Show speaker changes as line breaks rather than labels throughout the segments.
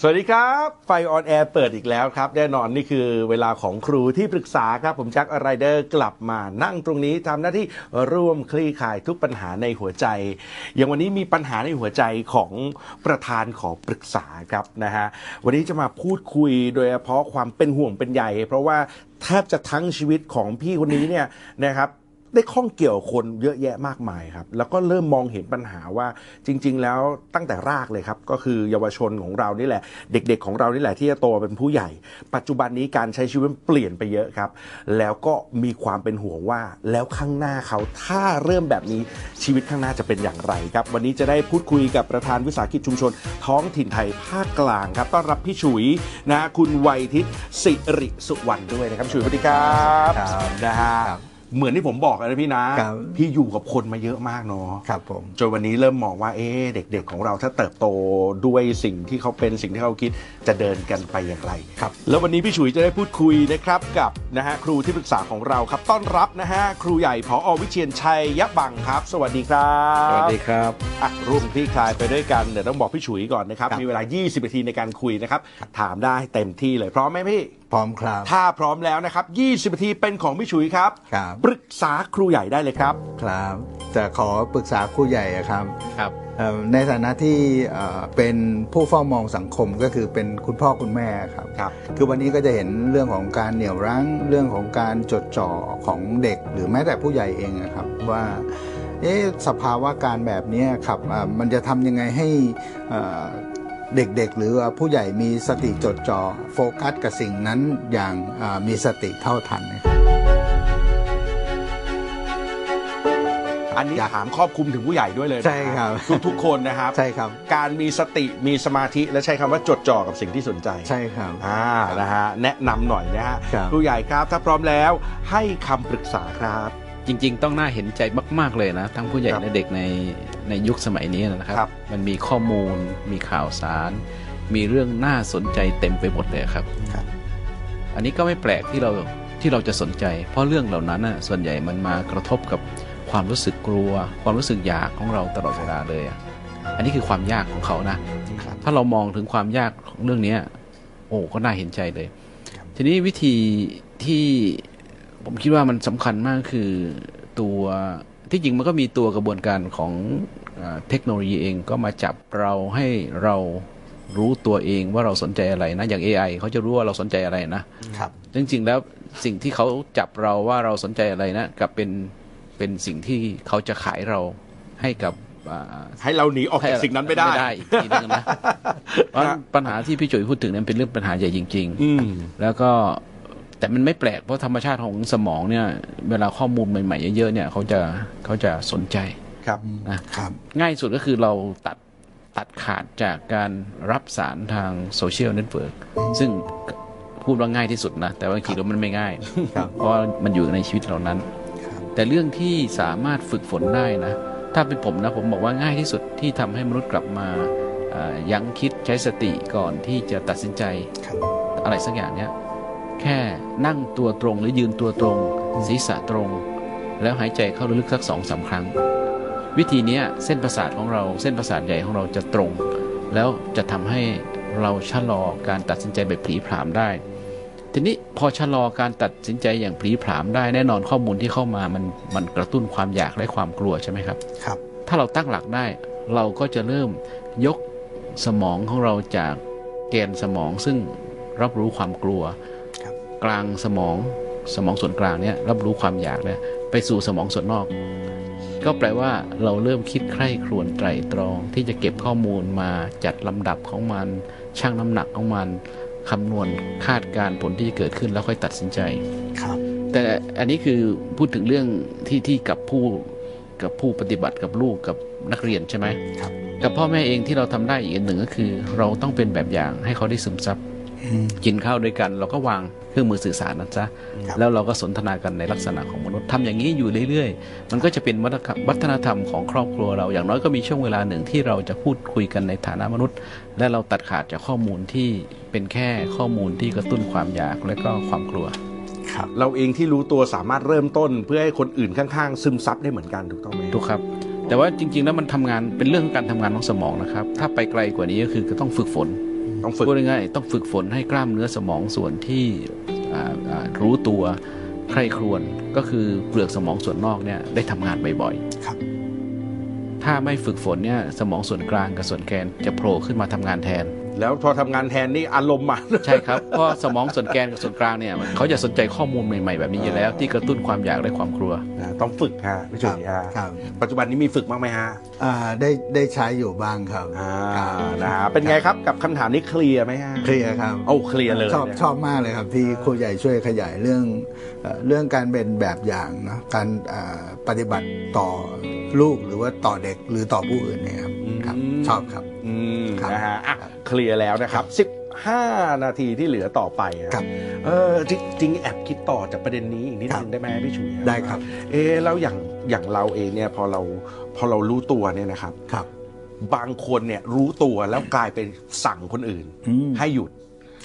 สวัสดีครับ ไฟออนแอร์เปิดอีกแล้วครับ แน่นอนนี่คือเวลาของครูที่ปรึกษาครับ ผมแจ็คอะไรเดอร์กลับมานั่งตรงนี้ทำหน้าที่ร่วมคลี่คลายทุกปัญหาในหัวใจ อย่างวันนี้มีปัญหาในหัวใจของประธานขอปรึกษาครับนะฮะวันนี้จะมาพูดคุยโดยเฉพาะความเป็นห่วงเป็นใยเพราะว่าแทบจะทั้งชีวิตของพี่คนนี้เนี่ยนะครับ ได้ข้องเกี่ยวคนเยอะแยะมากมายครับ แล้วก็เริ่มมองเห็นปัญหาว่าจริง ๆ แล้วตั้งแต่รากเลยครับ ก็คือเยาวชนของเรานี่แหละ เด็ก ๆ ของเรานี่แหละที่จะโตเป็นผู้ใหญ่ ปัจจุบันนี้การใช้ชีวิตมันเปลี่ยนไปเยอะครับ แล้วก็มีความเป็นห่วงว่า แล้วข้างหน้าเขาถ้าเริ่มแบบนี้ชีวิตข้างหน้าจะเป็นอย่างไรครับ วันนี้จะได้พูดคุยกับประธานวิสาหกิจชุมชน ท้องถิ่นไทยภาคกลางครับ ต้อนรับพี่ฉุยนะคุณวัยทิศสิริสุวรรณด้วยนะครับฉุยสวัสดีครับ
ครับ
นะฮะ
ครับ
เหมือนที่ผมบอกนะพี่นะ
ครับ
พี่อยู่กับคนมาเยอะมากเนาะ
ครับผม
จนวันนี้เริ่มมองว่าเอ๊ะเด็กๆของเราถ้าเติบโตด้วยสิ่งที่เขาเป็นสิ่งที่เขาคิดจะเดินกันไปอย่างไร
ครับ
แล้ววันนี้พี่ฉุยจะได้พูดคุยนะครับกับนะฮะครูที่ปรึกษาของเราครับ ต้อนรับนะฮะครูใหญ่ผอวิเชียนชัยยะบังครับ สวัสดีครับ
สวัสดีครับ
อ่ะร่วมคลี่คลายไปด้วยกันเดี๋ยวต้องบอกพี่ฉุยก่อนนะครับ
ครับ
มีเวลา 20นาทีในการคุยนะครับถามได้เต็มที่เลยพร้อมไหมพี่
พร้อมครับ
ถ้าพร้อมแล้วนะครับ 20นาทีเป็นของพี่ฉุยครับ
ครับ
ปรึกษาครูใหญ่ได้เลยครับ
ครับจะขอปรึกษาครูใหญ่อะครับ
ครับ
เอ่อในฐานะที่เอ่อเป็นผู้เฝ้ามองสังคมก็คือเป็นคุณพ่อคุณแม่ครับ
ครับ
คือวันนี้ก็จะเห็นเรื่องของการเหนี่ยวรั้งเรื่องของการจดจ่อของเด็ก หรือแม้แต่ผู้ใหญ่เองนะครับว่าเอ๊ะสภาวะการแบบเนี้ยครับอ่ามันจะทำยังไงให้เอ่อเด็กๆ หรือว่าผู้ใหญ่มีสติจดจ่อโฟกัสกับสิ่งนั้นอย่างอ่ามีสติเท่าทันนะครับ
อันนี้ถามครอบคลุมถึงผู้ใหญ่ด้วยเลยนะ
ใช่ครับ
ทุกทุกๆคนนะครับ
ใช่ครับ
การมีสติมีสมาธิและใช้คำว่าจดจ่อกับสิ่งที่สนใจ
ใช่ครับ
อ่านะฮะแนะนำหน่อยนะฮะ
ครับ
ผู้ใหญ่ครับ ถ้าพร้อมแล้วให้คำปรึกษาครับ
จริงๆ ต้องน่าเห็นใจมากๆเลยนะ ทั้งผู้ใหญ่
ครับ
และเด็กในในยุคสมัยนี้นะครับ
ครับ
มันมีข้อมูล มีข่าวสาร มีเรื่องน่าสนใจเต็มไปหมดเลยครับ
ครับ
อันนี้ก็ไม่แปลกที่เราที่เราจะสนใจ เพราะเรื่องเหล่านั้นน่ะส่วนใหญ่มันมากระทบกับความรู้สึกกลัว ความรู้สึกอยากของเราตลอดเวลาเลยอะอันนี้คือความยากของเขานะ
ครับ
ถ้าเรามองถึงความยากของเรื่องเนี้ยโอ้ก็น่าเห็นใจเลย
ครับ
ทีนี้วิธีที่ผมคิดว่ามันสำคัญมากคือตัวที่จริงมันก็มีตัวกระบวนการของอาเทคโนโลยีเองก็มาจับเราให้เรารู้ตัวเองว่าเราสนใจอะไรนะ อย่าง AI เขาจะรู้ว่าเราสนใจอะไรนะ
ครับ
จริงๆแล้วสิ่งที่เขาจับเราว่าเราสนใจอะไรนะกลับเป็นเป็นสิ่งที่เขาจะขายเราให้กับอ่า
ให้เราหนีออกจากสิ่งนั้นไม่ได้
ไม่ได้อีกทีนึงนะ เพราะปัญหาที่พี่จุ๋ยพูดถึงนั้นเป็นเรื่องปัญหาใหญ่จริง
อืม
ๆ แล้วก็แต่มันไม่แปลกเพราะธรรมชาติของสมองเนี่ย เวลาข้อมูลใหม่ๆเยอะๆเนี่ยเขาจะเขาจะสนใจ
ครับ
ครับ
ง่ายสุดก็คือเราตัดตัดขาดจากการรับสารทางโซเชียลเน็ตเวิร์กซึ่งพูดว่าง่ายที่สุดนะ แต่ว่าจริงๆแล้วมันไม่ง่าย
ครับ
เพราะมันอยู่ในชีวิตเหล่านั้น
ครับ
แต่เรื่องที่สามารถฝึกฝนได้นะ ถ้าเป็นผมนะผมบอกว่าง่ายที่สุดที่ทำให้มนุษย์กลับมาเอ่อยั้งคิดใช้สติก่อนที่จะตัดสินใจ
ครับ
อะไรสักอย่างเนี้ยแค่นั่งตัวตรงหรือยืนตัวตรง ศีรษะตรง แล้วหายใจเข้าลึกๆสักสองสามครั้ง วิธีเนี้ยเส้นประสาทของเราเส้นประสาทใหญ่ของเราจะตรง แล้วจะทำให้เราชะลอการตัดสินใจแบบผลีผลามได้ ทีนี้พอชะลอการตัดสินใจอย่างผลีผลามได้แน่นอนข้อมูลที่เข้ามามันมันกระตุ้นความอยากและความกลัวใช่ไหมครับ
ครับ
ถ้าเราตั้งหลักได้ เราก็จะเริ่มยกสมองของเราจากแกนสมองซึ่งรับรู้ความกลัว
ครับ
กลางสมองสมองส่วนกลางเนี่ยรับรู้ความอยากเนี่ยไปสู่สมองส่วนนอก ก็แปลว่าเราเริ่มคิดใคร่ครวญไตรตรอง ที่จะเก็บข้อมูลมาจัดลำดับของมันชั่งน้ำหนักของมันคำนวณคาดการณ์ผลที่จะเกิดขึ้นแล้วค่อยตัดสินใจ
ครับ
แต่อันนี้คือพูดถึงเรื่องที่ที่กับผู้กับผู้ปฏิบัติกับลูกกับนักเรียนใช่ไหม
ครับ
กับพ่อแม่เองที่เราทำได้อีกอันหนึ่งก็คือ เราต้องเป็นแบบอย่างให้เขาได้ซึมซับ
อืม
กินข้าวด้วยกัน เราก็วางเครื่องมือสื่อสารนั้นซะ
ครับ
แล้วเราก็สนทนากันในลักษณะของมนุษย์ทำอย่างนี้อยู่เรื่อยๆ มันก็จะเป็นวัฒนธรรมวัฒนธรรมของครอบครัวเราอย่างน้อยก็มีช่วงเวลาหนึ่งที่เราจะพูดคุยกันในฐานะมนุษย์ และเราตัดขาดจากข้อมูลที่เป็นแค่ข้อมูลที่กระตุ้นความอยากและก็ความกลัว
ครับเราเองที่รู้ตัวสามารถเริ่มต้น เพื่อให้คนอื่นข้างๆ ซึมซับได้เหมือนกันถูกต้องไหม
ถูกครับ แต่ว่าจริง ๆ แล้วมันทำงานเป็นเรื่องของการทำงานของสมองนะครับ ถ้าไปไกลกว่านี้ก็คือก็ต้องฝึกฝน
ต้องฝึก
พูดง่ายๆต้องฝึกฝนให้กล้ามเนื้อสมองส่วนที่อ่าอ่ารู้ตัวใคร่ครวญก็คือเปลือกสมองส่วนนอกเนี่ยได้ทำงานบ่อยๆ
ครับ
ถ้าไม่ฝึกฝนเนี่ยสมองส่วนกลางกับส่วนแกนจะโผล่ขึ้นมาทำงานแทน
แล้วพอทำงานแทนนี่อารมณ์มา
ใช่ครับ เพราะสมองส่วนแกนกับส่วนกลางเนี่ยเขาจะสนใจข้อมูลใหม่ๆแบบนี้อยู่แล้ว ที่กระตุ้นความอยากและความกลัว
นะต้องฝึกฮะพี่จุ๋ยฮะ
ครับ
ปัจจุบันนี้มีฝึกบ้างไหมฮะ
อ่าได้ได้ใช้อยู่บ้างครับ
อ่า
ครับ
นะฮะเป็นไงครับกับคำถามนี้เคลียร์ไหมฮะ
เคลียร์ครับ
โอ้เคลียร์เลย
ชอบชอบมากเลยครับที่ครูใหญ่ช่วยขยายเรื่องเอ่อเรื่องการเป็นแบบอย่างเนอะการอ่าปฏิบัติต่อลูกหรือว่าต่อเด็กหรือต่อผู้อื่นเนี่ยครับครับชอบครับ
อืม
ครับ
นะฮะอ่ะเคลียร์แล้วนะครับ 15 นาทีที่เหลือต่อไปอะ
ครับ
เออจริงจริงแอบคิดต่อจากประเด็นนี้อีกนิด
ครับ
นึงได้ไหมพี่จุ๋ยฮะ
ได้ครับ
เอะแล้วอย่างอย่างเราเองเนี่ยพอเราพอเรารู้ตัวเนี่ยนะครับ
ครับ
บางคนเนี่ยรู้ตัวแล้วกลายเป็นสั่งคนอื่น
อืม
ให้หยุด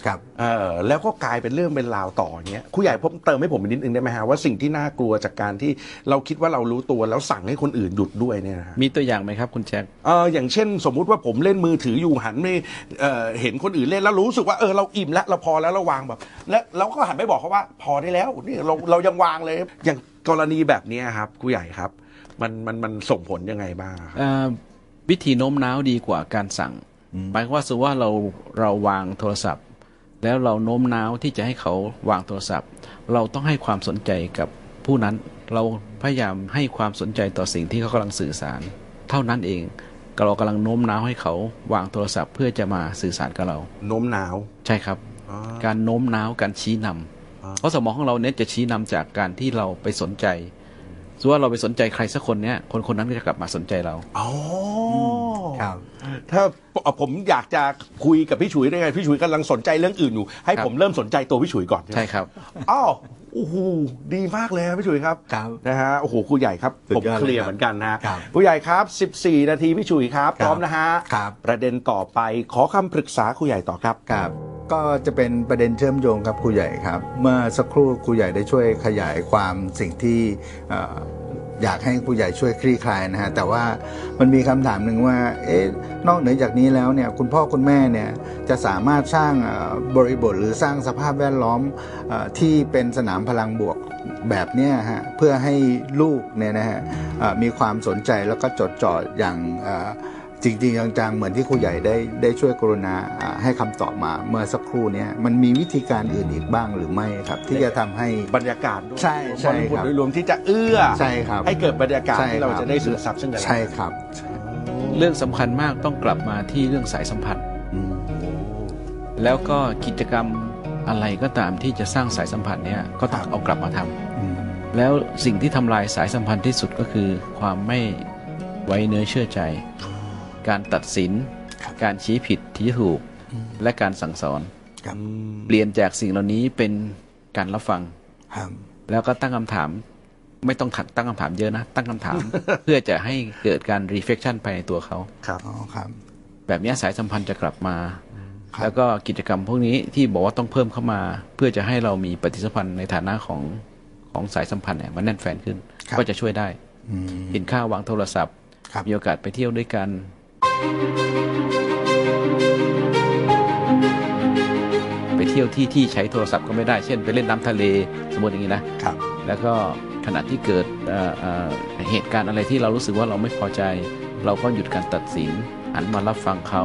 ครับ
เออแล้วก็กลายเป็นเรื่องเป็นราวต่อเนี้ยครูใหญ่ผมเติมให้ผมอีกนิดนึงได้ไหมฮะว่าสิ่งที่น่ากลัวจากการที่เราคิดว่าเรารู้ตัวแล้วสั่งให้คนอื่นหยุดด้วยเนี่ยนะฮะ
มีตัวอย่างไหมครับคุณแจ็ค
เอออย่างเช่น สมมุติว่าผมเล่นมือถืออยู่หันไม่เออเห็นคนอื่นเล่นแล้วรู้สึกว่าเออเราอิ่มแล้วเราพอแล้วเราวางแบบ แล้วเราก็หันไปบอกเขาว่า พอได้แล้วนี่เราเรายังวางเลย อย่างกรณีแบบเนี้ยครับครูใหญ่ครับ มันมันมันส่งผลยังไงบ้างครับ
เอ่อวิธีโน้มน้าวดีกว่าการสั่ง หมายความว่าสมมุติว่าเราเราวางโทรศัพท์ แล้วเราโน้มน้าวที่จะให้เขาวางโทรศัพท์ เราต้องให้ความสนใจกับผู้นั้น เราพยายามให้ความสนใจต่อสิ่งที่เขากำลังสื่อสาร เท่านั้นเองเรากำลังโน้มน้าวให้เขาวางโทรศัพท์ เพื่อจะมาสื่อสารกับเรา
โน้มน้าว
ใช่ครับ
อ่า
การโน้มน้าวการชี้นำ
อ่า
เพราะสมองของเราเนี่ยจะชี้นำจากการที่เราไปสนใจสมมุติว่าเราไปสนใจใครสักคนเนี่ยคนคนนั้นก็จะกลับมาสนใจเรา
อ๋ออ
ครับ
ถ้าผมอยากจะคุยกับพี่ฉุยได้ไงพี่ฉุยกำลังสนใจเรื่องอื่นอยู่ ให้
ครับ
ผมเริ่มสนใจตัวพี่ฉุยก่อน
ใช่ครับ
อ้าวโอ้โหดีมากเลยครับพี่ฉุยครับ
ครับ
นะฮะโอ้โหครูใหญ่ครับ
สุด
ผม
ยอดเลย
เคลียร์
ครับ
เหมือนกันนะฮะ
ครับ
ครูใหญ่ครับ 14 นาทีพี่ฉุยครับ
ครับ
พร้อมนะฮะ
ครับ
ประเด็นต่อไปขอคำปรึกษาครูใหญ่ต่อครับ
ครับก็จะเป็นประเด็นเชื่อมโยงครับครูใหญ่ครับ เมื่อสักครู่ครูใหญ่ได้ช่วยขยายความสิ่งที่เอ่ออยากให้ครูใหญ่ช่วยคลี่คลายนะฮะแต่ว่ามันมีคำถามหนึ่งว่าเอ๊ะนอกเหนือจากนี้แล้วเนี่ยคุณพ่อคุณแม่เนี่ยจะสามารถสร้างเอ่อบริบทหรือสร้างสภาพแวดล้อมเออที่เป็นสนามพลังบวกแบบเนี้ยฮะเพื่อให้ลูกเนี่ยนะฮะเอ่อมีความสนใจแล้วก็จดจ่ออย่างเอ่อ จริงๆจังๆเหมือนที่ครูใหญ่ได้ได้ช่วยกรุณาอ่าให้คำตอบมาเมื่อสักครู่เนี้มันมีวิธีการอื่นอีกบ้างหรือไม่ครับ ที่จะทำให้
บรรยากาศด้วย
ใช่ใช่
ริบท
ครับ
โดยรวมที่จะเอื้อ
ใช่ครับ
ให้เกิดบรรยากาศ
ใช่
ที่เรา
ครับ
จะได้สื่อซับซึ่งกันและ
ใช่
กัน
ครับ
เรื่องสำคัญมากต้องกลับมาที่เรื่องสายสัมพันธ์
อืม
แล้วก็กิจกรรมอะไรก็ตามที่จะสร้างสายสัมพันธ์เนี่ยก็ต้องเอากลับมาทำ
อืม
แล้วสิ่งที่ทำลายสายสัมพันธ์ที่สุดก็คือ ความไม่ไว้เนื้อเชื่อใจ การตัดสิน การชี้ผิดที่ถูก และการสั่งสอน
อืม
เปลี่ยนจากสิ่งเหล่านี้เป็นการรับฟัง
ครับ
แล้วก็ตั้งคำถาม ไม่ต้องถักตั้งคำถามเยอะนะ ตั้งคำถาม เพื่อจะให้เกิดการ reflection ภายในตัวเขา
ครับ
อ๋อครับ
แบบเนี้ยสายสัมพันธ์จะกลับมา
ครับ
แล้วก็กิจกรรมพวกนี้ที่บอกว่าต้องเพิ่มเข้ามา เพื่อจะให้เรามีปฏิสัมพันธ์ในฐานะของของสายสัมพันธ์เนี่ยมันแน่นแฟนขึ้น ก็จะช่วยได้
อืม
กินข้าววางโทรศัพท์
ครับ
มีโอกาสไปเที่ยวด้วยกัน ไปเที่ยวที่ที่ใช้โทรศัพท์ก็ไม่ได้ เช่นไปเล่นน้ำทะเลสมมติอย่างนี้นะ
ครับ
แล้วก็ขณะที่เกิดเอ่อเอ่อเหตุการณ์อะไรที่เรารู้สึกว่าเราไม่พอใจ เราก็หยุดการตัดสินหันมารับฟังเขา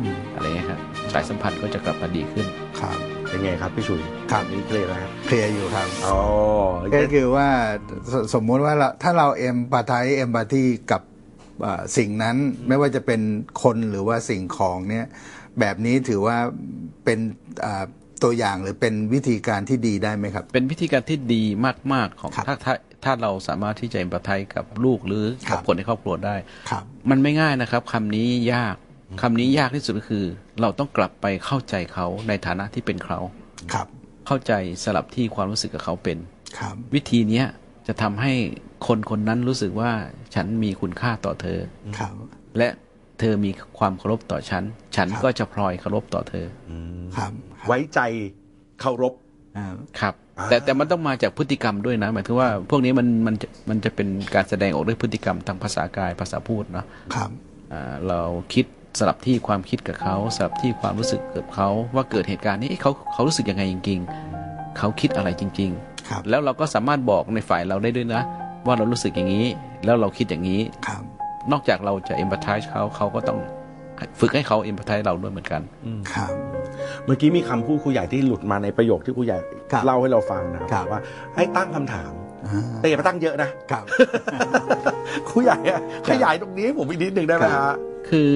อืม
อะไรเงี้ยครับสายสัมพันธ์ก็จะกลับมาดีขึ้น
ครับ
เป็นไงครับพี่ฉุย
ครับ
นี่เคลียร์แล้วครับ
เคลียร์อยู่ครับ
อ๋อ
ก็คือว่าสสมมุติว่าเราถ้าเราเอ็มปาไทเอ็มปาทีกับอ่าสิ่งนั้นไม่ว่าจะเป็นคนหรือว่าสิ่งของเนี่ยแบบนี้ถือว่าเป็นอ่าตัวอย่างหรือเป็นวิธีการที่ดีได้ไหมครับ
เป็นวิธีการที่ดีมาก ๆ ของ
ครับ
ถ้าถ้าถ้าเราสามารถที่จะเอ็มพัตไทกับลูกหรือ
ครั
กับบ คนในครอบครัวได้
ครับ
มันไม่ง่ายนะครับคำนี้ยาก คำนี้ยากที่สุดก็คือ เราต้องกลับไปเข้าใจเขาในฐานะที่เป็นเขา
ครับ
เข้าใจสลับที่ความรู้สึกกับเขาเป็น
ครับ
วิธีเนี้ยจะทำให้คนคนนั้นรู้สึกว่าฉันมีคุณค่าต่อเธอ
ครับ
และเธอมีความเคารพต่อฉัน ฉัน
ครับ
ก็จะพลอยเคารพต่อเธอ
ครับ
ไว้ใจเคารพ
อ่า
ครับ
อ่า
แต่แต่มันต้องมาจากพฤติกรรมด้วยนะหมายถึงว่าพวกนี้มันมันจะมันจะเป็นการแสดงออกด้วยพฤติกรรมทางภาษากายภาษาพูดเนาะ
ครับ
อ่าเราคิดสลับที่ความคิดกับเขาสลับที่ความรู้สึกกับเขาว่าเกิดเหตุการณ์นี้เอ๊ะเขาเขารู้สึกยังไงจริงๆ เขาคิดอะไรจริง
ครับ
ๆ แล้วเราก็สามารถบอกในฝ่ายเราได้ด้วยนะ ว่าเรารู้สึกอย่างนี้ แล้วเราคิดอย่างนี้
ครับ
นอกจากเราจะเอมพัตไทส์เขาเขาก็ต้องฝึกให้เขาเอมพัตไทส์เราด้วยเหมือนกัน
ครับ
เมื่อกี้มีคำพูดครูใหญ่ที่หลุดมาในประโยคที่ครูใหญ่
ครับ
เล่าให้เราฟังนะค
ครั
รับ บว่าให้ตั้งคำถาม
อ่า
แต่อย่าไปตั้งเยอะนะ
ครับ
ครูใหญ่อะขยายตรงนี้ให้ผมอีกนิดหนึ่งได้ไหม
ครั
ฮะ
บ
คือ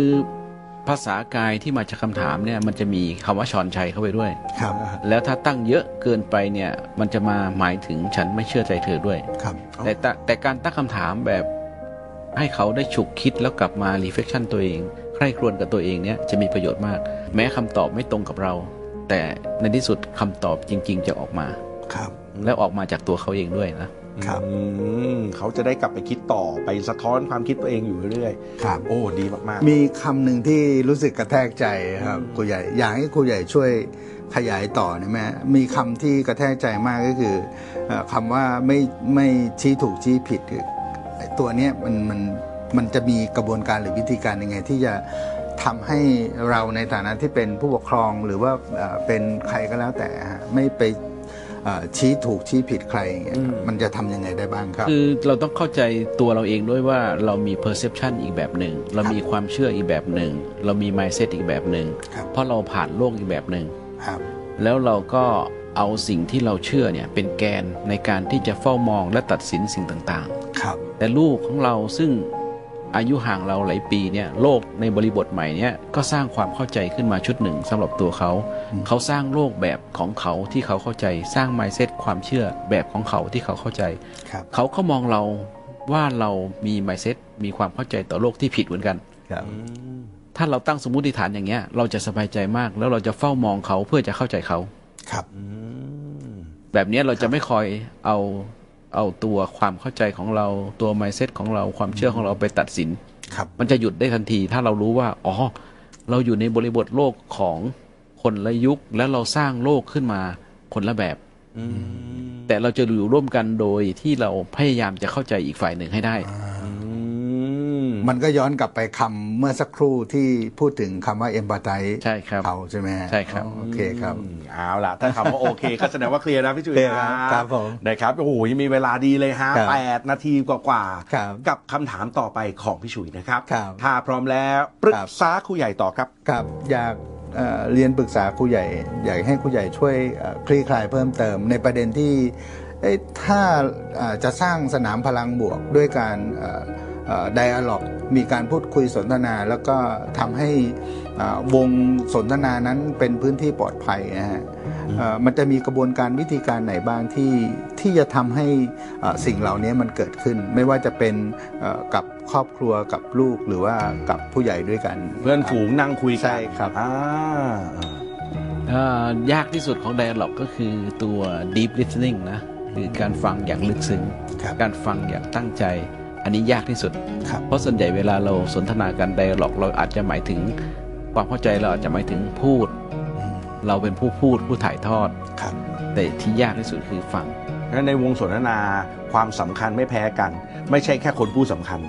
ภาษากายที่มาจากคำถามเนี่ยมันจะมีคำว่าชอนชัยเข้าไปด้วย
ครับ
แล้วถ้าตั้งเยอะเกินไปเนี่ยมันจะมาหมายถึงฉันไม่เชื่อใจเธอด้วย
ครับ
แต่ตะแต่การตั้งคำถามแบบให้เขาได้ฉุกคิดแล้วกลับมา reflection ตัวเองใคร่ครวญกับตัวเองเนี่ยจะมีประโยชน์มาก แม้คำตอบไม่ตรงกับเรา แต่ในที่สุดคำตอบจริง ๆ จะออกมา
ครับ
แล้วออกมาจากตัวเขาเองด้วยนะ
ครับ
อืมเขาจะได้กลับไปคิดต่อไปสะท้อนความคิดตัวเองอยู่เรื่อย
ครับ
ๆ โอ้ดีมาก
มีคำหนึ่งที่รู้สึกกระแทกใจครับครูใหญ่ อยากให้ครูใหญ่ช่วยขยายต่อนะแม่มีคำที่กระแทกใจมากก็คือเอ่อคำว่าไม่ไม่ชี้ถูกชี้ผิดคือไอ้ตัวเนี้ยมันมันมันจะมีกระบวนการหรือวิธีการยังไง ที่จะทำให้เราในฐานะที่เป็นผู้ปกครองหรือว่าเอ่อเป็นใครก็แล้วแต่ฮะไม่ไปเอ่อชี้ถูกชี้ผิดใครอย่างเงี้ยครับมันจะทำยังไงได้บ้างครับ
คือเราต้องเข้าใจตัวเราเองด้วยว่าเรามี perception อีกแบบหนึ่ง เรามีความเชื่ออีกแบบหนึ่ง เรามี mindset อีกแบบหนึ่ง
ครับ
เพราะเราผ่านโลกอีกแบบหนึ่ง
ครับ
แล้วเราก็เอาสิ่งที่เราเชื่อเนี่ยเป็นแกนในการที่จะเฝ้ามองและตัดสินสิ่งต่างๆ
ครับ
แต่ลูกของเราซึ่งอายุห่างเราหลายปีเนี่ยโลกในบริบทใหม่เนี่ยก็สร้างความเข้าใจขึ้นมาชุดหนึ่งสำหรับตัวเขา เขาสร้างโลกแบบของเขาที่เขาเข้าใจ สร้าง mindset ความเชื่อแบบของเขาที่เขาเข้าใจ
ครับ
เขาก็มองเราว่าเรามี mindset มีความเข้าใจต่อโลกที่ผิดเหมือนกัน
ครับ
ถ้าเราตั้งสมมติฐานอย่างเงี้ยเราจะสบายใจมาก แล้วเราจะเฝ้ามองเขาเพื่อจะเข้าใจเขา
ครับ
ๆอืม
แบบเนี้ยเราจะไม่คอยเอาเอาตัวความเข้าใจของเราตัว mindset ของเราความเชื่อของเราไปตัดสิน
ครับ
มันจะหยุดได้ทันทีถ้าเรารู้ว่า อ๋อ เราอยู่ในบริบทโลกของคนละยุค และเราสร้างโลกขึ้นมาคนละแบบ
อืม
แต่เราจะอยู่ร่วมกันโดยที่เราพยายามจะเข้าใจอีกฝ่ายหนึ่งให้ได้
อืม
มันก็ย้อนกลับไปคำเมื่อสักครู่ที่พูดถึงคำว่า empathize
ใช่ครับ
เขาใช่ไหมฮะ
ใช่ครับ
โอเคครับ
อืมเอาล่ะ ถ้าคำว่าโอเค ก็แสดงว่าเคลียร์นะพี่จุ๋ย
เคลียร์ค
นะครั
รับ
บ
ผม
นะครับโอ้โหยังมีเวลาดีเลยฮะ
ครับ
แปดนาทีกว่าๆ
ครับ
กับคำถามต่อไปของพี่จุ๋ยนะครับ
ครับ
ถ้าพร้อมแล้วปรึ
ครั
ก
บ
ษาครูใหญ่ต่อครับ
ครับอยากเอ่อเรียนปรึกษาครูใหญ่ อยากให้ครูใหญ่ช่วยเอ่อคลี่คลายเพิ่มเติม ในประเด็นที่เอ้ยถ้าเอ่อจะสร้างสนามพลังบวกด้วยการไดอะล็อกมีการพูดคุยสนทนา แล้วก็ทำให้เอ่อวงสนทนานั้นเป็นพื้นที่ปลอดภัยนะฮะเอ่อมันจะมีกระบวนการวิธีการไหนบ้างที่ที่จะทำให้เอ่อสิ่งเหล่านี้มันเกิดขึ้น ไม่ว่าจะเป็นเอ่อกับครอบครัวกับลูกหรือว่ากับผู้ใหญ่ด้วยกัน
เพื่อนฝูงนั่งคุยกัน
ใช่ครับ
อ่า
เอ่อยากที่สุดของ dialog ก็คือตัว deep listening นะคือการฟังอย่างลึกซึ้ง
ครับ
การฟังอย่างตั้งใจ อันนี้ยากที่สุด
ครับ
เพราะส่วนใหญ่เวลาเราสนทนากัน dialog เราอาจจะหมายถึงความเข้าใจเราอาจจะหมายถึงพูด เราเป็นผู้พูดผู้ถ่ายทอด
ครับ
แต่ที่ยากที่สุดคือฟัง
งั้นในวงสนทนาความสำคัญไม่แพ้กัน ไม่ใช่แค่คนพูดสำคัญ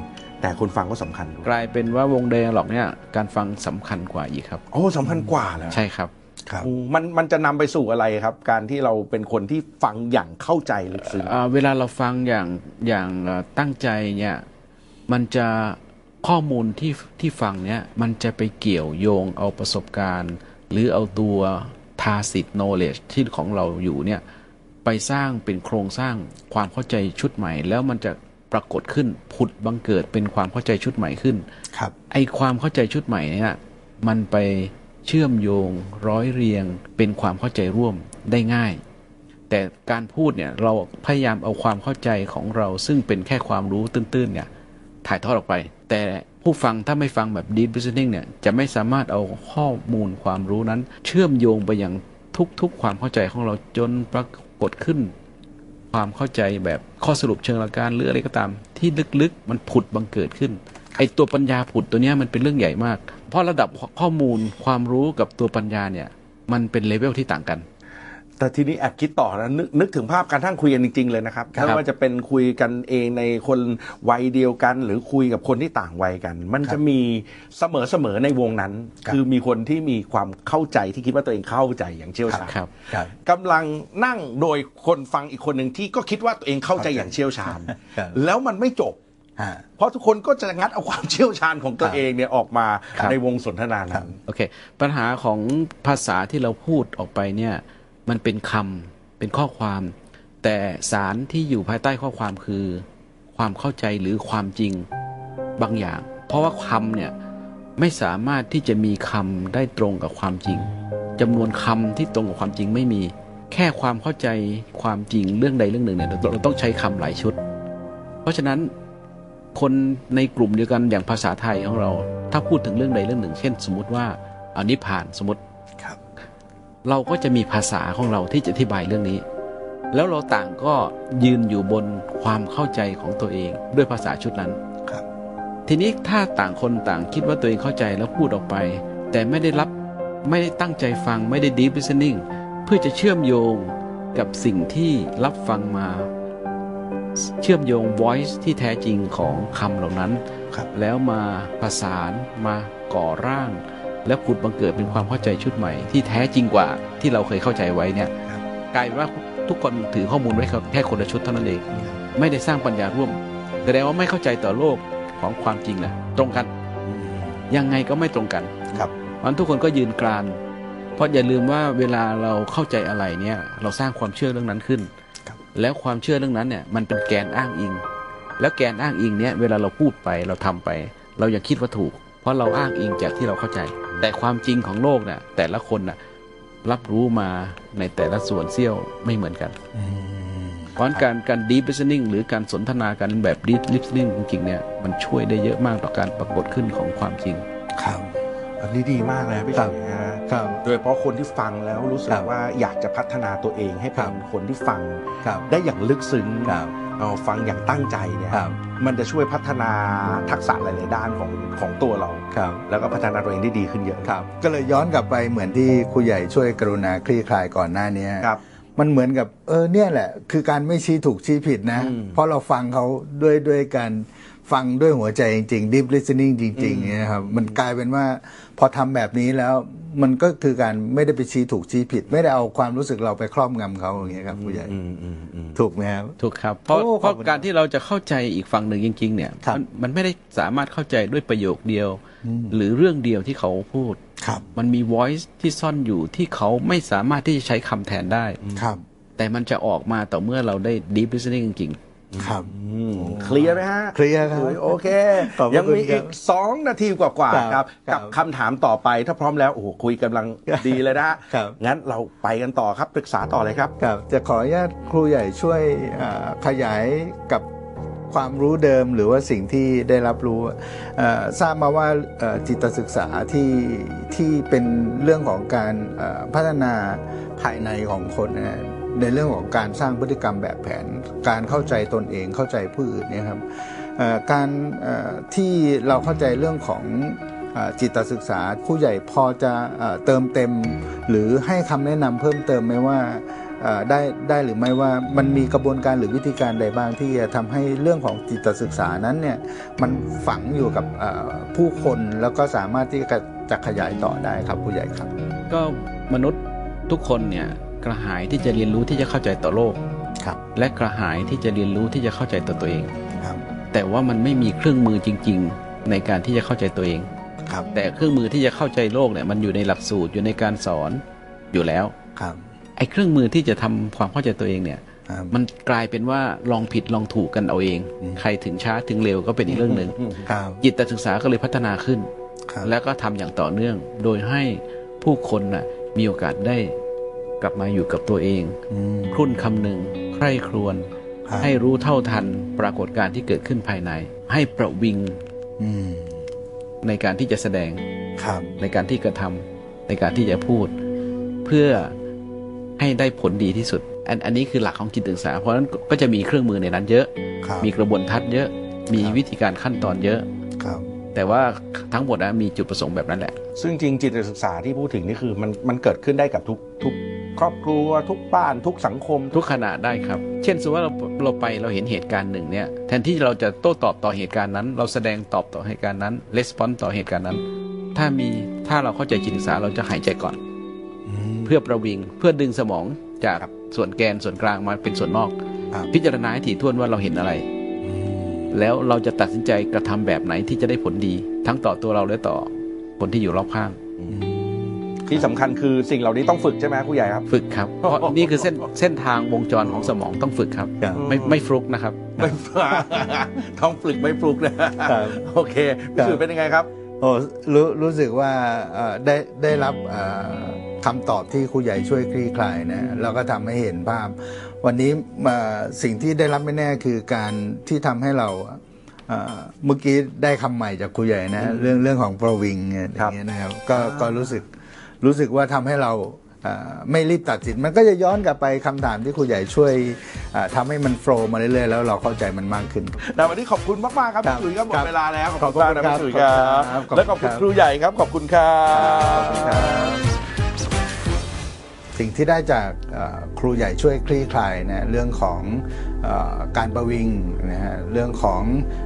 แต่คนฟังก็สำคัญด้วย
กลายเป็นว่าวงเดร์ล็อกเนี่ยการฟังสำคัญกว่าอีกครับ
โอ้สำคัญกว่าเหรอ
ใช่ครับ
ครับ
โอ้มันมันจะนำไปสู่อะไรครับ การที่เราเป็นคนที่ฟังอย่างเข้าใจลึกซึ้ง
เอ่อเวลาเราฟังอย่างอย่างเอ่อตั้งใจเนี่ยมันจะข้อมูลที่ที่ฟังเนี่ยมันจะไปเกี่ยวโยงเอาประสบการณ์ หรือเอาตัวทาสิตโนเลจที่ของเราอยู่เนี่ยไปสร้างเป็นโครงสร้างความเข้าใจชุดใหม่ แล้วมันจะปรากฏขึ้นผุดบังเกิดเป็นความเข้าใจชุดใหม่ขึ้น
ครับ
ไอความเข้าใจชุดใหม่เนี่ยมันไปเชื่อมโยงร้อยเรียงเป็นความเข้าใจร่วมได้ง่าย แต่การพูดเนี่ยเราพยายามเอาความเข้าใจของเราซึ่งเป็นแค่ความรู้ตื้นๆเนี่ยถ่ายทอดออกไป แต่ ผู้ฟังถ้าไม่ฟังแบบ deep listening เนี่ยจะไม่สามารถเอาข้อมูลความรู้นั้น เชื่อมโยงไปยังทุกๆ ความเข้าใจของเราจนปรากฏขึ้น ความเข้าใจแบบข้อสรุปเชิงหลักการหรืออะไรก็ตาม ที่ลึกๆ มันผุดบังเกิดขึ้น ไอตัวปัญญาผุดตัวเนี้ยมันเป็นเรื่องใหญ่มาก เพราะระดับข้อมูลความรู้กับตัวปัญญาเนี่ยมันเป็นเลเวลที่ต่างกัน
แต่ทีนี้แอบคิดต่อนะนกนึกถึงภาพการทั้งคุยกันจริง ๆ เลยนะครับ
ครับ
ไม่ว่าจะเป็นคุยกันเองในคนวัยเดียวกัน หรือคุยกับคนที่ต่างวัยกัน มันจะมีเสมอๆในวงนั้น
ครับ
คือมีคนที่มีความเข้าใจที่คิดว่าตัวเองเข้าใจอย่างเชี่ยวชาญ
ครับ
ครับ
กำลังนั่งโดยคนฟังอีกคนหนึ่งที่ก็คิดว่าตัวเองเข้าใจอย่างเชี่ยวชาญ
ครับ
แล้วมันไม่จบ
ฮะ
เพราะทุกคนก็จะงัดเอาความเชี่ยวชาญของตัวเองเนี่ยออกมา
ครับ
ในวงสนทนานั้น
โอเค ปัญหาของภาษาที่เราพูดออกไปเนี่ยมันเป็นคำเป็นข้อความ แต่สารที่อยู่ภายใต้ข้อความคือ ความเข้าใจหรือความจริงบางอย่าง เพราะว่าคำเนี่ยไม่สามารถที่จะมีคำได้ตรงกับความจริงจำนวนคำที่ตรงกับความจริงไม่มี แค่ความเข้าใจความจริงเรื่องใดเรื่องหนึ่งเนี่ยเราเราต้องใช้คำหลายชุด เพราะฉะนั้น คนในกลุ่มเดียวกันอย่างภาษาไทยของเรา ถ้าพูดถึงเรื่องใดเรื่องหนึ่ง เช่น สมมติว่าเอานิพพานสมมติ
ครับ
เราก็จะมีภาษาของเราที่จะอธิบายเรื่องนี้ แล้วเราต่างก็ยืนอยู่บนความเข้าใจของตัวเองด้วยภาษาชุดนั้น
ครับ
ทีนี้ถ้าต่างคนต่างคิดว่าตัวเองเข้าใจแล้วพูดออกไป แต่ไม่ได้รับไม่ได้ตั้งใจฟังไม่ได้ deep listening เพื่อจะเชื่อมโยงกับสิ่งที่รับฟังมา เชื่อมโยง voice ที่แท้จริงของคำเหล่านั้น
ครับ
แล้วมาประสานมาก่อร่าง และผุดบังเกิดเป็นความเข้าใจชุดใหม่ ที่แท้จริงกว่าที่เราเคยเข้าใจไว้เนี่ย
ครับ
กลายเป็นว่าทุกคนถือข้อมูลไว้แค่คนละชุดเท่านั้นเอง ไม่ได้สร้างปัญญาร่วมแสดงว่าไม่เข้าใจต่อโลกของความจริงแหละตรงกัน ยังไงก็ไม่ตรงกัน
ครับ
มันทุกคนก็ยืนกราน เพราะอย่าลืมว่าเวลาเราเข้าใจอะไรเนี่ย เราสร้างความเชื่อเรื่องนั้นขึ้น
ครับ
แล้วความเชื่อเรื่องนั้นเนี่ยมันเป็นแกนอ้างอิง แล้วแกนอ้างอิงเนี่ยเวลาเราพูดไปเราทำไป เรายังคิดว่าถูก เพราะเราอ้างอิงจากที่เราเข้าใจ แต่ความจริงของโลกเนี่ยแต่ละคนน่ะรับรู้มาในแต่ละส่วนเสี้ยวไม่เหมือนกัน
อืม
เพราะฉะนั้นการการ deep listening หรือการสนทนากันแบบ deep listening จริงๆเนี่ยมันช่วยได้เยอะมากต่อการปรากฏขึ้นของความจริง
ครับ
อันนี้ดีมากเลยครับพี่
ครั
เฉ
บ
ยฮะ
ครับ
โดยเฉพาะคนที่ฟังแล้วรู้สึก
ครับ
ว่าอยากจะพัฒนาตัวเองให้
ค
เป็
รับ
นคนที่ฟัง
ครับ
ได้อย่างลึกซึ้ง
ครับ
เอาฟังอย่างตั้งใจเนี่ย
ครับ
มันจะช่วยพัฒนาทักษะหลาย ๆ ด้านของของตัวเรา
ครับ
แล้วก็พัฒนาตัวเองได้ดีขึ้นเยอะ
ครับ ก็เลยย้อนกลับไปเหมือนที่ครูใหญ่ช่วยกรุณาคลี่คลายก่อนหน้าเนี้ย
ครับ
มันเหมือนกับเออเนี่ยแหละ คือการไม่ชี้ถูกชี้ผิดนะ
อืม
เพราะเราฟังเขาด้วยด้วยการฟังด้วยหัวใจจริงๆ deep listening จริงๆเนี่ยครับมันกลายเป็นว่าพอทำแบบนี้แล้ว มันก็คือการไม่ได้ไปชี้ถูกชี้ผิด ไม่ได้เอาความรู้สึกเราไปครอบงำเขาอย่างเงี้ยครับผู้ใหญ่ถูกไหมครับ
ถูกครับ เพราะ
โอ้
เพ
ขอ
ราะ
บคุณ
การที่เราจะเข้าใจอีกฝั่งหนึ่งจริง ๆ เนี่ย
ครับ
มันมันไม่ได้สามารถเข้าใจด้วยประโยคเดียว หรือเรื่องเดียวที่เขาพูด
ครับ
มันมี voice ที่ซ่อนอยู่ที่เขาไม่สามารถที่จะใช้คำแทนได้
ครับ
แต่มันจะออกมาต่อเมื่อเราได้ deep listening จริง
ครับ
เคลียร์ไหมฮะ
เคลียร์ครับ
โอเค
ขอบพระ
ยังมี
คุณครับ
อีก 2 นาทีกว่า ๆ
ค
ค
รั
รั
บบ ครั
กั
บบ
คำถามต่อไปถ้าพร้อมแล้ว โอ้โห คุยกำลังดีเลยนะฮะ
ครับ
งั้นเราไปกันต่อครับ ปรึกษาต่อเลยครับ
ครับจะขออนุญาตครูใหญ่ช่วยเอ่อขยายกับความรู้เดิมหรือว่าสิ่งที่ได้รับรู้เอ่อทราบมาว่าเอ่อจิตศึกษาที่ที่เป็นเรื่องของการเอ่อพัฒนาภายในของคนนะฮะในเรื่องของการสร้างพฤติกรรมแบบแผน การเข้าใจตนเองเข้าใจผู้อื่นเนี่ยครับเอ่อการเอ่อที่เราเข้าใจเรื่องของ เอ่อจิตศึกษาผู้ใหญ่พอจะเอ่อเติมเต็ม หรือให้คำแนะนำเพิ่มเติมไหมว่าเอ่อได้ได้หรือไม่ว่ามันมีกระบวนการหรือวิธีการใดบ้างที่จะทำให้เรื่องของจิตศึกษานั้นเนี่ยมันฝังอยู่กับเอ่อผู้คนแล้วก็สามารถที่จะจะขยายต่อได้ครับผู้ใหญ่ครับ
ๆ ก็มนุษย์ทุกคนเนี่ยกระหายที่จะเรียนรู้ที่จะเข้าใจต่อโลก
ครับ
และกระหายที่จะเรียนรู้ที่จะเข้าใจต่อตัวเอง
ครับ
แต่ว่ามันไม่มีเครื่องมือจริง ๆ ในการที่จะเข้าใจตัวเอง
ครับ
แต่เครื่องมือที่จะเข้าใจโลกเนี่ยมันอยู่ในหลักสูตรอยู่ในการสอนอยู่แล้ว
ครับ
ไอ้เครื่องมือที่จะทำความเข้าใจตัวเองเนี่ย
ครับ
มันกลายเป็นว่าลองผิดลองถูกกันเอาเอง
อืม
ใครถึงช้าถึงเร็วก็เป็นอีกเรื่องหนึ่ง
ครับ
จิตศึกษาก็เลยพัฒนาขึ้น
ครับ
แล้วก็ทำอย่างต่อเนื่อง โดยให้ผู้คนน่ะมีโอกาสได้กลับมาอยู่กับตัวเอง
อืม
ครุ่นคำหนึ่งใคร่ครวญ
ครับ
ให้รู้เท่าทันปรากฏการณ์ที่เกิดขึ้นภายใน ให้ประวิง
อืม
ในการที่จะแสดง
ครับ
ในการที่กระทำในการที่จะพูด เพื่อให้ได้ผลดีที่สุด อันอันนี้คือหลักของจิตศึกษา เพราะฉะนั้นก็จะมีเครื่องมือในนั้นเยอะ
ครับ
มีกระบวนทัศน์เยอะ มี
ครับ
วิธีการขั้นตอนเยอะ
ครับ
แต่ว่าทั้งหมดนะมีจุดประสงค์แบบนั้นแหละ
ซึ่งจริงจิตศึกษาที่พูดถึงนี่คือมันมันเกิดขึ้นได้กับทุกทุกครอบครัวทุกบ้านทุกสังคมทุก
ทุกขณะได้ครับ เช่นสมมติว่าเราเราไปเราเห็นเหตุการณ์หนึ่งเนี่ย แทนที่เราจะโต้ตอบต่อเหตุการณ์นั้น เราแสดงตอบต่อเหตุการณ์นั้นレスปอนต่อเหตุการณ์นั้น ถ้ามีถ้าเราเข้าใจจิตศึกษาเราจะหายใจก่อน เพื่อประวิงเพื่อดึงสมองจากส่วนแกนส่วนกลางมาเป็นส่วนนอก
ครับ
พิจารณาให้ถี่ถ้วนว่าเราเห็นอะไร แล้วเราจะตัดสินใจกระทำแบบไหนที่จะได้ผลดี ทั้งต่อตัวเราและต่อคนที่อยู่รอบข้าง
ที่สำคัญคือสิ่งเหล่านี้ต้องฝึกใช่ไหมครับผู้ใหญ่ครับ
ฝึกครับเพราะนี่คือเส้นเส้นทางวงจรของสมองต้องฝึกครับ
ครับ
ไม่ไม่ฟลุกนะครับ
ไม่ต้องฝึกไม่ปลุกนะครับ โอเคพี่สุดเป็นยังไงครับ
โอ้รู้รู้สึกว่าเอ่อได้ได้รับเอ่อคำตอบที่ครูใหญ่ช่วยคลี่คลายนะแล้วก็ทำให้เห็นภาพ วันนี้เอ่อสิ่งที่ได้รับไม่แน่คือการที่ทำให้เราเอ่อเมื่อกี้ได้คำใหม่จากครูใหญ่นะเรื่องเรื่องของประวิงเนี่ยอ
ครั
ย่า
บ
งเงี้ยนะครับก็ก็รู้สึกรู้สึกว่าทำให้เราเอ่อไม่รีบตัดสินมันก็จะย้อนกลับไปคำถามที่ครูใหญ่ช่วยเอ่อทำให้มันโฟล์มาเรื่อยๆแล้วเราเข้าใจมันมากขึ้น
แต่วันนี้ขอบคุณมากๆครับ
ครับ
พี่สุยครับหม
ครั
ด
บ
เวลาแล้ว
ขอบคุณ
มากนะ
ครั
พี่
บ
สุยครับ
ขอบคุณครับ
และขอบคุณครูใหญ่ครับขอบคุณครับ
สิ่งที่ได้จากเอ่อครูใหญ่ช่วยคลี่คลายนะเรื่องของเออการประวิงนะฮะเรื่องของ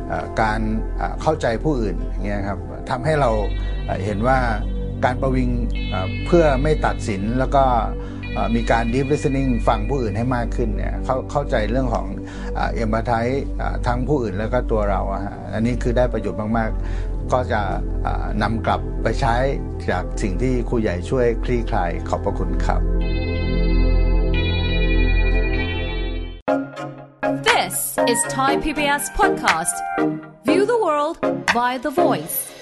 เออการเอ่อเข้าใจผู้อื่นอย่างเงี้ยครับทำให้เราเอ่อเห็นว่าการประวิงเอ่อเพื่อไม่ตัดสินแล้วก็เอ่อมีการ deep listening ฟังผู้อื่นให้มากขึ้นเนี่ยเข้าเข้าใจเรื่องของเอ่อ็มบาไททั้งผู้อื่นแล้วก็ตัวเราอะฮะอันนี้คือได้ประโยชน์มาก ๆ ก็จะเอ่อนำกลับไปใช้จากสิ่งที่ครูใหญ่ช่วยคลี่คลายขอบพระคุณครับ
This is Thai PBS Podcast. View the world via the voice.